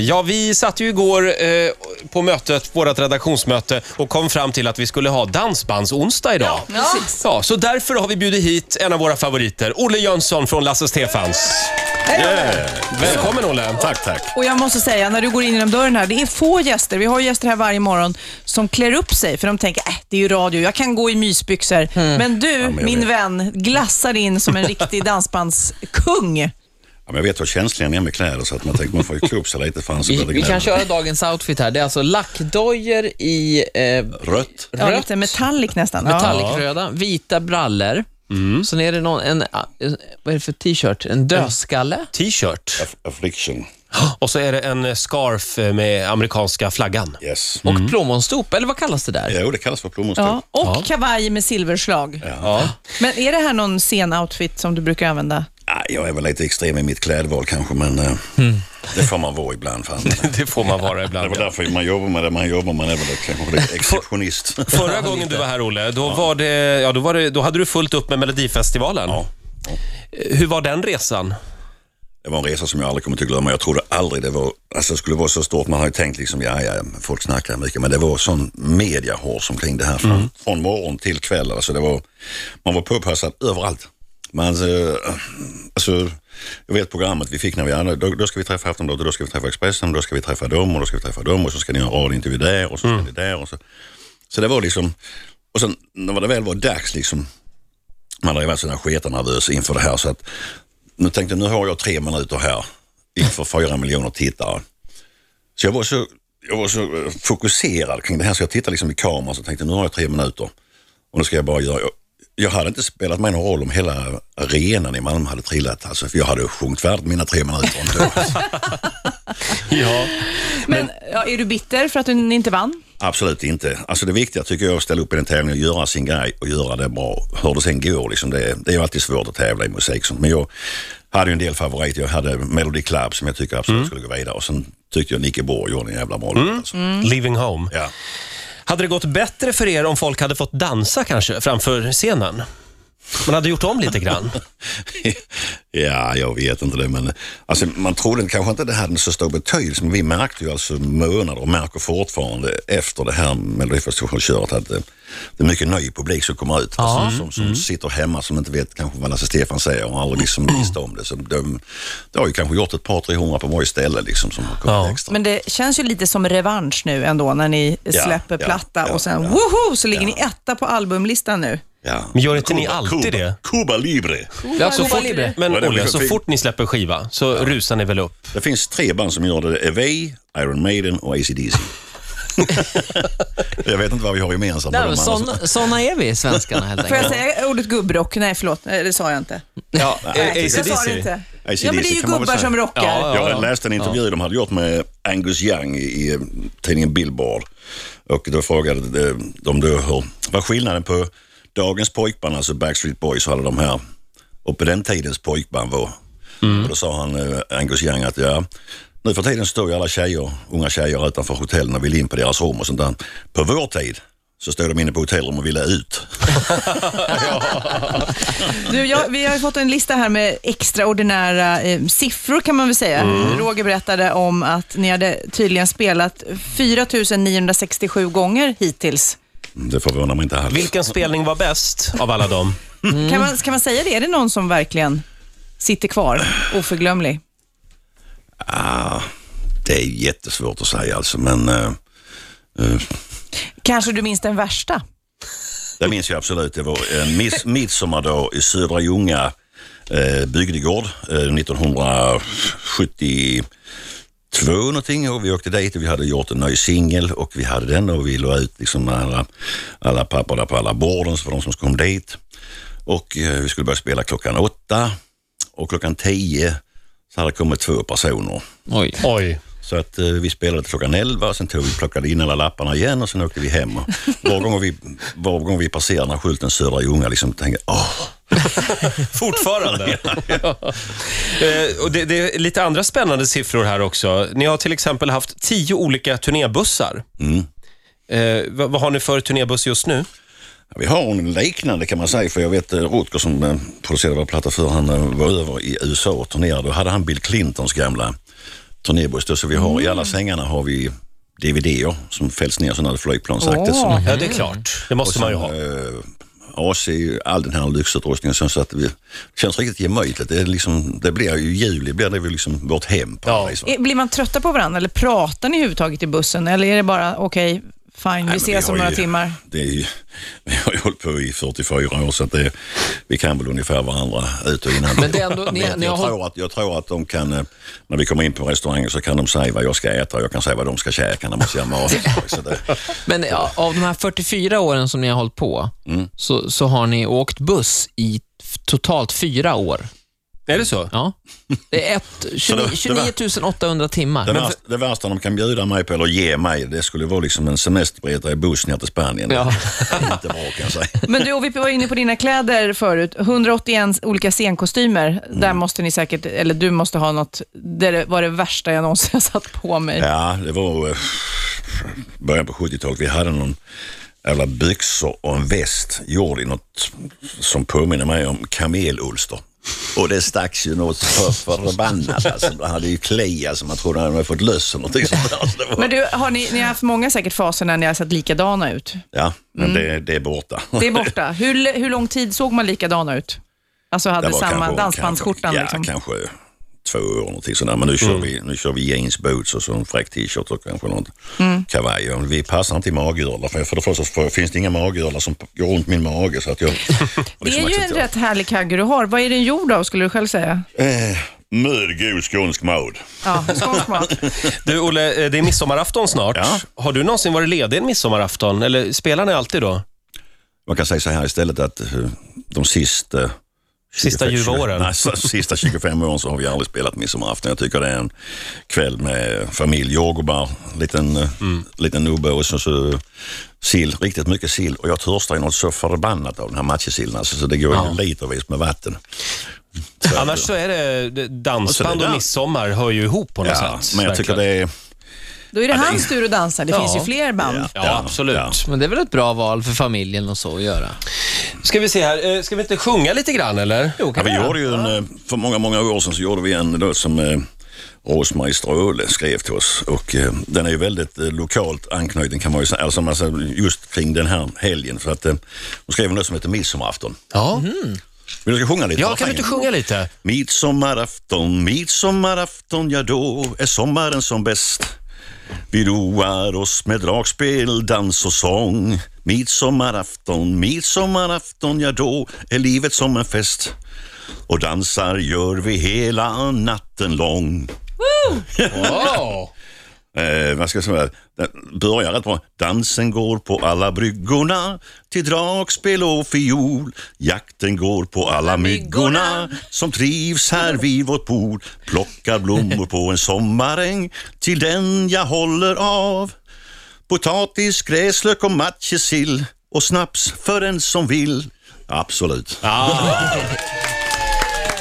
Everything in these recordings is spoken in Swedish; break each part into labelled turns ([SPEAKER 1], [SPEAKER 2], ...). [SPEAKER 1] Ja, vi satt ju igår eh, på mötet, vårt redaktionsmöte och kom fram till att vi skulle ha dansbandsonsdag idag. Ja,
[SPEAKER 2] precis.
[SPEAKER 1] Ja, så därför har vi bjudit hit en av våra favoriter, Olle Jönsson från Lasse Stefans. Yeah. Välkommen Olle!
[SPEAKER 3] Tack, tack.
[SPEAKER 2] Och jag måste säga, när du går in genom dörren här, det är få gäster, vi har gäster här varje morgon, som klär upp sig för de tänker, äh, det är ju radio, jag kan gå i mysbyxor. Men du,
[SPEAKER 3] Mm. men jag
[SPEAKER 2] min
[SPEAKER 3] vet.
[SPEAKER 2] vän, glassar in som en riktig dansbandskung.
[SPEAKER 3] Ja, men jag vet hur känsliga ni är med kläder så att man tänker man får ju klä upp sig lite för annars
[SPEAKER 4] Vi,
[SPEAKER 3] blir det
[SPEAKER 4] vi kan
[SPEAKER 3] gnäll.
[SPEAKER 4] köra dagens outfit här. Det är alltså lackdojor i eh,
[SPEAKER 3] Rött.
[SPEAKER 2] Ja,
[SPEAKER 4] rött,
[SPEAKER 2] lite metallic nästan.
[SPEAKER 4] metallicröda, vita brallor.
[SPEAKER 3] Mm.
[SPEAKER 4] Sen är det någon, en, eh, vad är det för t-shirt? En dödskalle?
[SPEAKER 3] Mm.
[SPEAKER 1] T-shirt.
[SPEAKER 3] Aff- Affliction.
[SPEAKER 1] Och så är det en eh, scarf eh, med amerikanska flaggan.
[SPEAKER 3] Yes.
[SPEAKER 4] Och plommonstop, eller vad kallas det där?
[SPEAKER 3] Jo, det kallas för plommonstop.
[SPEAKER 2] Ja. Ja, och kavaj med silverslag.
[SPEAKER 1] Ja.
[SPEAKER 2] Men är det här någon sen outfit som du brukar använda?
[SPEAKER 3] Ah, jag är väl lite extrem i mitt klädval kanske, men eh, det får man vara ibland. Fan.
[SPEAKER 1] Det får man vara
[SPEAKER 3] Det
[SPEAKER 1] ibland.
[SPEAKER 3] var därför man jobbar med det man jobbar. Man är väl kanske lite exceptionist.
[SPEAKER 1] Förra gången du var här Olle, då, var det, ja, då, var det, då hade du fullt upp med Melodifestivalen.
[SPEAKER 3] Ja.
[SPEAKER 1] Hur var den resan?
[SPEAKER 3] Det var en resa som jag aldrig kommer att glömma. Jag trodde aldrig det var, alltså det skulle vara så stort. Man har ju tänkt liksom, ja, ja, folk snackar mycket, men det var sån mediahårs omkring det här från, från morgon till kväll. Alltså det var, man var påpassad överallt. Man, eh, alltså, jag vet programmet vi fick när vi hade, då, då ska vi träffa Aftonbladet, då ska vi träffa Expressen, då ska vi träffa dem och då ska vi träffa dem och så ska ni ha en radiointervju där och så ska ni där. Och så. så det var liksom, och sen när det väl var dags liksom, man har ju varit sådär sketnervös inför det här så att nu tänkte jag, nu har jag tre minuter här inför fyra miljoner tittare. Så jag var så, jag var så eh, fokuserad kring det här så jag tittade liksom i kameran så tänkte nu har jag tre minuter och nu ska jag bara göra. Jag, jag hade inte spelat mig någon roll om hela arenan i Malmö hade trillat alltså, för jag hade sjungit färdigt mina tre minuter ändå.
[SPEAKER 1] Ja.
[SPEAKER 2] Men, ja, är du bitter för att du inte vann?
[SPEAKER 3] Absolut inte. Alltså det viktiga tycker jag är att ställa upp i en tävling och göra sin grej och göra det bra. Hur det sen går, liksom det, det är ju alltid svårt att tävla i musik. sånt. Men jag hade ju en del favoriter. Jag hade Melody Club som jag tycker absolut skulle gå vidare och sen tyckte jag Nicke Borg gjorde en jävla bra låt. Alltså.
[SPEAKER 1] Living Home.
[SPEAKER 3] Ja.
[SPEAKER 1] Hade det gått bättre för er om folk hade fått dansa kanske framför scenen? Man hade gjort om lite grann.
[SPEAKER 3] ja, jag vet inte det men alltså, man trodde kanske inte det hade så stor betydelse men vi märkte ju alltså månader och märker fortfarande efter det här Melodifestivalköret att det, det är mycket ny publik som kommer ut. Alltså, som som
[SPEAKER 1] Mm.
[SPEAKER 3] sitter hemma som inte vet kanske vad Lasse Stefan säger och aldrig liksom visste om det. Så de, det har ju kanske gjort ett par, tre hundra på varje ställe liksom som har kommit
[SPEAKER 1] Ja.
[SPEAKER 3] extra.
[SPEAKER 2] Men det känns ju lite som revansch nu ändå när ni släpper
[SPEAKER 3] ja,
[SPEAKER 2] platta
[SPEAKER 3] ja,
[SPEAKER 2] och sen
[SPEAKER 3] ja.
[SPEAKER 2] woho så ligger
[SPEAKER 3] Ja.
[SPEAKER 2] ni etta på albumlistan nu.
[SPEAKER 3] Ja.
[SPEAKER 1] Men gör inte ni
[SPEAKER 3] Cuba,
[SPEAKER 1] alltid
[SPEAKER 3] Cuba,
[SPEAKER 1] det?
[SPEAKER 3] Cuba Libre.
[SPEAKER 4] Ja, så
[SPEAKER 2] Cuba
[SPEAKER 4] fort-
[SPEAKER 2] Libre.
[SPEAKER 1] Men
[SPEAKER 3] Ja, det blir
[SPEAKER 1] Olle,
[SPEAKER 3] så
[SPEAKER 1] så
[SPEAKER 3] fint.
[SPEAKER 1] fort ni släpper skiva så rusar ni väl upp?
[SPEAKER 3] Det finns tre band som gör det. Det är Evey, Iron Maiden och AC/DC. jag vet inte vad vi har gemensamt med
[SPEAKER 4] Nej,
[SPEAKER 3] dem.
[SPEAKER 4] men
[SPEAKER 3] annars.
[SPEAKER 4] såna, såna är vi, svenskarna helt
[SPEAKER 2] Får jag
[SPEAKER 4] enkelt.
[SPEAKER 2] säga ordet gubbrock? Nej förlåt, Nej, det sa jag inte.
[SPEAKER 1] Ja,
[SPEAKER 3] eh,
[SPEAKER 2] Nej, jag sa det inte. Ja men det är ju
[SPEAKER 3] kan man
[SPEAKER 2] gubbar
[SPEAKER 3] väl säga.
[SPEAKER 2] som rockar.
[SPEAKER 4] Ja, ja.
[SPEAKER 3] Jag läste en intervju de hade gjort med Angus Young i, i eh, tidningen Billboard. Och då frågade eh, de då hur, vad skillnaden på dagens pojkband, alltså Backstreet Boys och alla de här, och på den tidens pojkband var.
[SPEAKER 4] Mm.
[SPEAKER 3] Och då sa han, eh, Angus Young, att ja, nu för tiden står ju alla tjejer, unga tjejer utanför hotellen och vill in på deras rum och sånt där. På vår tid så stod de inne på hotellrum och ville ut.
[SPEAKER 2] Du, jag, vi har ju fått en lista här med extraordinära eh, siffror kan man väl säga.
[SPEAKER 3] Mm.
[SPEAKER 2] Roger berättade om att ni hade tydligen spelat 4967 gånger hittills.
[SPEAKER 3] Det förvånar mig inte alls.
[SPEAKER 1] Vilken spelning var bäst av alla dem?
[SPEAKER 3] Mm.
[SPEAKER 2] Kan, man, kan man säga det? Är det någon som verkligen sitter kvar oförglömlig?
[SPEAKER 3] Ah, det är jättesvårt att säga alltså, men eh, eh,
[SPEAKER 2] Kanske du minns den värsta?
[SPEAKER 3] det minns jag absolut. Det var en miss, midsommardag i Södra Ljunga eh, bygdegård eh, 1972 någonting och vi åkte dit och vi hade gjort en ny singel och vi hade den och vi la ut liksom alla, alla papper där på alla borden för de som kom dit. Och eh, vi skulle börja spela klockan åtta och klockan tio så hade det kommit två personer.
[SPEAKER 4] Oj.
[SPEAKER 1] Oj.
[SPEAKER 3] Så att eh, vi spelade till klockan 11, sen tog vi, plockade in alla lapparna igen och sen åkte vi hem. Och var, gång vi, var gång vi passerade den här skylten Södra Ljunga liksom tänkte jag, åh,
[SPEAKER 1] Fortfarande? Eh, och det, det är lite andra spännande siffror här också. Ni har till exempel haft tio olika turnébussar.
[SPEAKER 3] Mm.
[SPEAKER 1] Eh, vad, vad har ni för turnébuss just nu?
[SPEAKER 3] Ja, Vi har en liknande kan man säga, för jag vet eh, Rutger som eh, producerade vår platta för han eh, var över i USA och turnerade. Då hade han Bill Clintons gamla turnébuster. Så vi har, i alla sängarna har vi DVD-er som fälls ner sådana flygplansaktigt.
[SPEAKER 2] Åh.
[SPEAKER 3] som-
[SPEAKER 1] Ja, det är klart. Det måste man ju ha.
[SPEAKER 3] eh, AC, all den här lyxutrustningen. Så så att vi, det känns riktigt gemytligt. Det, är liksom, det blir ju juli, blir det väl liksom vårt hem på
[SPEAKER 1] Ja.
[SPEAKER 3] något vis, va?
[SPEAKER 2] Är- Eh, Blir man trötta på varandra eller pratar ni överhuvudtaget i bussen? Eller är det bara, okej, fine, vi
[SPEAKER 3] Nej, men
[SPEAKER 2] ses
[SPEAKER 3] har
[SPEAKER 2] om några
[SPEAKER 3] ju-
[SPEAKER 2] timmar?
[SPEAKER 3] Det är ju, vi har ju hållit på i 44 år så att det, vi kan väl ungefär varandra ut och innan.
[SPEAKER 4] Men det är ändå- ni-
[SPEAKER 3] jag,
[SPEAKER 4] ni har hållit-
[SPEAKER 3] tror att, jag tror att de kan, eh, när vi kommer in på restaurangen så kan de säga vad jag ska äta och jag kan säga vad de ska käka när man ser mat. Så det,
[SPEAKER 4] Men ja, av de här 44 åren som ni har hållit på,
[SPEAKER 3] Mm.
[SPEAKER 4] så, så har ni åkt buss i f- totalt fyra år.
[SPEAKER 1] Är det så?
[SPEAKER 4] Ja. Det är ett, 29,
[SPEAKER 3] det var-
[SPEAKER 4] 29 800 timmar.
[SPEAKER 3] det,
[SPEAKER 4] Men,
[SPEAKER 3] värsta, det värsta de kan bjuda mig på eller ge mig, det skulle vara liksom en semesterbreta i buss ner till Spanien.
[SPEAKER 4] Ja.
[SPEAKER 3] Det är inte bra kan jag säga.
[SPEAKER 2] Men du, och vi var inne på dina kläder förut. 181 olika scenkostymer. Där måste ni säkert, eller du måste ha något, det var det värsta jag någonsin har satt på mig.
[SPEAKER 3] Ja, det var eh, början på 70-talet. Vi hade någon jävla byxor och en väst gjord i något som påminner mig om kamelulster. Och det stacks ju något för förbannat. Alltså, det hade ju klia som man trodde han hade fått löss eller någonting sånt där. Alltså, det var,
[SPEAKER 2] Men du, har ni, ni har haft många säkert faser när ni har sett likadana ut.
[SPEAKER 3] ja, men det, Mm. det är borta.
[SPEAKER 2] Det är borta. Hur, hur lång tid såg man likadana ut? Alltså hade samma dansbandsskjortan
[SPEAKER 3] Ja,
[SPEAKER 2] liksom. Mm.
[SPEAKER 3] kanske två år någonting sådär. Men nu kör, vi, nu kör vi jeans, boots och så en fräck t-shirt och kanske någon
[SPEAKER 2] Mm.
[SPEAKER 3] kavaj. Och Vi passar inte i magölar. För, för det första så får- finns det inga magölar som går runt min mage. Så att jag,
[SPEAKER 2] Det
[SPEAKER 3] liksom
[SPEAKER 2] är ju en rätt härlig kagge du har. Vad är den gjord av skulle du själv säga?
[SPEAKER 3] Eh, Möd god skånsk mad.
[SPEAKER 2] Ja, skånsk mat.
[SPEAKER 1] Du, Olle, eh, det är midsommarafton snart.
[SPEAKER 3] Ja.
[SPEAKER 1] Har du någonsin varit ledig en midsommarafton? Eller spelar ni alltid då?
[SPEAKER 3] Man kan säga så här istället att eh, de sista...
[SPEAKER 1] Sista
[SPEAKER 3] 25
[SPEAKER 1] ljuva åren.
[SPEAKER 3] Nej, så- sista 25 åren så har vi aldrig spelat midsommarafton. Jag tycker det är en kväll med familj, jordgubbar, liten, eh,
[SPEAKER 1] Mm.
[SPEAKER 3] liten nubbe och så, så sill, riktigt mycket sill. Och jag törstar ju något så förbannat av den här matjessillen alltså, så det går ju litervis med vatten.
[SPEAKER 1] Annars så är det det- dansband och
[SPEAKER 3] dans.
[SPEAKER 1] midsommar hör ju ihop på något
[SPEAKER 3] Ja,
[SPEAKER 1] sätt.
[SPEAKER 3] men jag tycker
[SPEAKER 1] verkligen.
[SPEAKER 3] det är...
[SPEAKER 2] Då är det hans tur att dansa. Det finns ju
[SPEAKER 1] Ja.
[SPEAKER 2] fler band.
[SPEAKER 3] Ja,
[SPEAKER 1] Ja, absolut.
[SPEAKER 3] Ja.
[SPEAKER 4] men det är väl ett bra val för familjen och så att göra.
[SPEAKER 1] Ska vi se här, eh, ska vi inte sjunga lite grann eller?
[SPEAKER 4] Jo,
[SPEAKER 3] Ja,
[SPEAKER 4] kan
[SPEAKER 3] vi
[SPEAKER 4] vi göra.
[SPEAKER 3] gjorde ju en, eh, för många, många år sedan så gjorde vi en låt som eh, Rose-Marie Stråle skrev till oss och eh, den är ju väldigt eh, lokalt anknuten kan man ju säga, alltså, man säger just kring den här helgen för att eh, hon skrev en låt som heter Midsommarafton.
[SPEAKER 1] Ja,
[SPEAKER 3] Vill du ska sjunga lite?
[SPEAKER 1] Mhm. ja kan du inte sjunga lite?
[SPEAKER 3] Midsommarafton, midsommarafton, ja då är sommaren som bäst. Vi roar oss med dragspel, dans och sång. Midsommarafton, midsommarafton, ja då är livet som en fest. Och dansar gör vi hela natten lång.
[SPEAKER 1] Wow.
[SPEAKER 3] Eh, vad ska jag säga? Den börjar rätt bra. Dansen går på alla bryggorna till dragspel och fiol. Jakten går på alla myggorna som trivs här vid vårt bord. Plockar blommor på en sommaräng till den jag håller av. Potatis, gräslök och matjessill och snaps för den som vill. Absolut.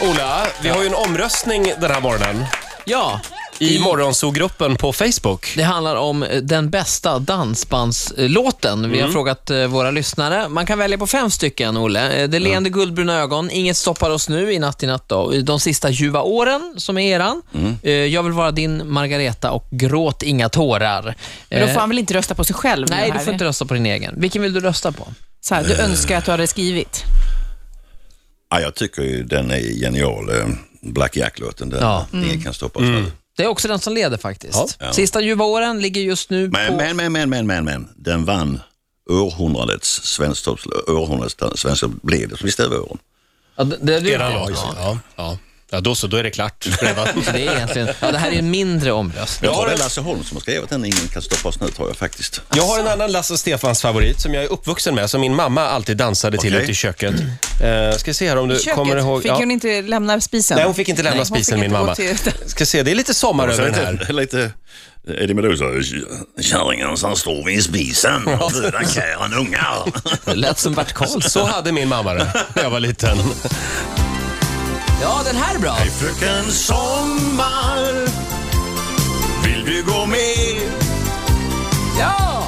[SPEAKER 1] Ola, vi har ju en omröstning den här morgonen
[SPEAKER 4] Ja,
[SPEAKER 1] i Morgonzoo-gruppen på Facebook.
[SPEAKER 4] det handlar om eh, den bästa dansbandslåten. Vi
[SPEAKER 3] Mm.
[SPEAKER 4] har frågat eh, våra lyssnare. Man kan välja på fem stycken, Olle. Eh, Det leende guldbruna ögon, Inget stoppar oss nu, I natt i natt då. De sista ljuva åren, som är eran.
[SPEAKER 3] Mm.
[SPEAKER 4] Eh, Jag vill vara din Margareta och Gråt inga tårar.
[SPEAKER 2] Men då
[SPEAKER 4] Eh,
[SPEAKER 2] får han väl inte rösta på sig själv? nu
[SPEAKER 4] Nej, du
[SPEAKER 2] här?
[SPEAKER 4] får inte rösta på din egen. Vilken vill du rösta på?
[SPEAKER 2] Så här, du önskar att du hade skrivit.
[SPEAKER 3] Ja, jag tycker ju den är genial. eh, Black Jack-låten. Den
[SPEAKER 4] Ja.
[SPEAKER 3] ingen kan stoppa oss.
[SPEAKER 4] Det är också den som leder faktiskt. Sista ljuva åren ligger just nu
[SPEAKER 3] Men,
[SPEAKER 4] på...
[SPEAKER 3] men, men, men, men, men, men. Den vann århundradets svensktops... Århundradets svenska blev det. Visst är det våren?
[SPEAKER 4] Ja, det, det, det,
[SPEAKER 1] Era lag. Ja, ja. ja, då så, då är det klart. Redan.
[SPEAKER 4] det, är egentligen, ja, det här är en mindre omröstning.
[SPEAKER 3] Jag
[SPEAKER 1] har
[SPEAKER 3] tror det är
[SPEAKER 1] en-
[SPEAKER 3] Lasse Holm som har skrivit den. Ingen kan stoppa oss nu, tror jag faktiskt.
[SPEAKER 1] Jag har en annan Lasse Stefans favorit som jag är uppvuxen med, som min mamma alltid dansade till
[SPEAKER 3] Okej.
[SPEAKER 1] ute i köket. Eh, ska se här om du
[SPEAKER 2] Köket,
[SPEAKER 1] kommer ihåg...
[SPEAKER 2] fick
[SPEAKER 1] ja.
[SPEAKER 2] hon inte lämna spisen?
[SPEAKER 1] Nej, hon fick inte lämna
[SPEAKER 2] Nej, hon
[SPEAKER 1] spisen,
[SPEAKER 2] fick
[SPEAKER 1] min
[SPEAKER 2] inte gå
[SPEAKER 1] mamma.
[SPEAKER 2] till-
[SPEAKER 1] Ska se, det är lite sommar över den här.
[SPEAKER 3] Lite, lite Eddie Meduza. Kärringen som står vid spisen. Födan käran ungar.
[SPEAKER 4] Det lät som Bert Karlsson.
[SPEAKER 1] Så hade min mamma det när jag var liten.
[SPEAKER 4] Ja, den här är bra.
[SPEAKER 3] Fröken Sommar. Vill du gå med?
[SPEAKER 4] Ja!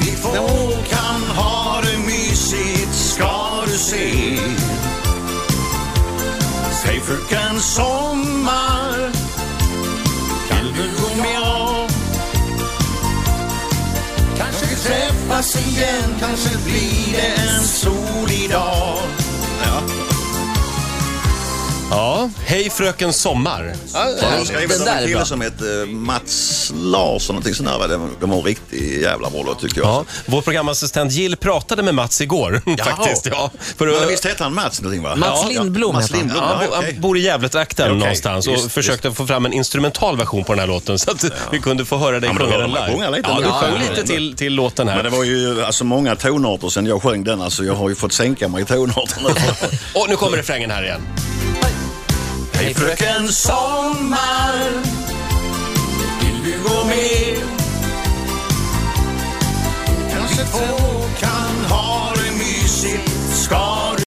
[SPEAKER 3] Vi två kan ha det mysigt ska du se Säg fröken Sommar
[SPEAKER 5] jag Kanske vi träffas igen, kanske blir det en solig dag
[SPEAKER 1] Ja, Hej fröken sommar.
[SPEAKER 3] De skrev
[SPEAKER 4] Den
[SPEAKER 3] den
[SPEAKER 4] där
[SPEAKER 3] en
[SPEAKER 4] är
[SPEAKER 3] kille
[SPEAKER 4] bra.
[SPEAKER 3] som hette eh, Mats Larsson, någonting sånt där. va? De, de var en riktig jävla bra låt tycker jag.
[SPEAKER 1] Ja, vår programassistent Jill pratade med Mats igår faktiskt. Ja, för
[SPEAKER 3] Men
[SPEAKER 1] att,
[SPEAKER 3] visst hette han Mats någonting va?
[SPEAKER 4] Mats Lindblom
[SPEAKER 3] Mats
[SPEAKER 4] heter han.
[SPEAKER 1] Ja,
[SPEAKER 3] Lindblom,
[SPEAKER 1] han,
[SPEAKER 3] ja,
[SPEAKER 1] bo-
[SPEAKER 3] okej.
[SPEAKER 1] han bor i Gävletrakten
[SPEAKER 3] Okej,
[SPEAKER 1] någonstans och
[SPEAKER 3] just-
[SPEAKER 1] försökte få fram en instrumental version på den här låten så att vi kunde få höra dig
[SPEAKER 3] Ja, men då
[SPEAKER 1] sjunga
[SPEAKER 3] hör
[SPEAKER 1] den live.
[SPEAKER 3] man sjunga lite.
[SPEAKER 1] ja, du
[SPEAKER 3] Ja,
[SPEAKER 1] sjöng
[SPEAKER 3] ja,
[SPEAKER 1] lite
[SPEAKER 3] ja.
[SPEAKER 1] till, till låten här.
[SPEAKER 3] Men det var ju alltså, många tonarter sen jag sjöng den. Alltså, jag har ju fått sänka mig i tonarterna.
[SPEAKER 1] Och nu kommer refrängen här igen.
[SPEAKER 4] Hej fröken.
[SPEAKER 5] En sommar Vill du gå med? Kanske två kan ha det mysigt Ska du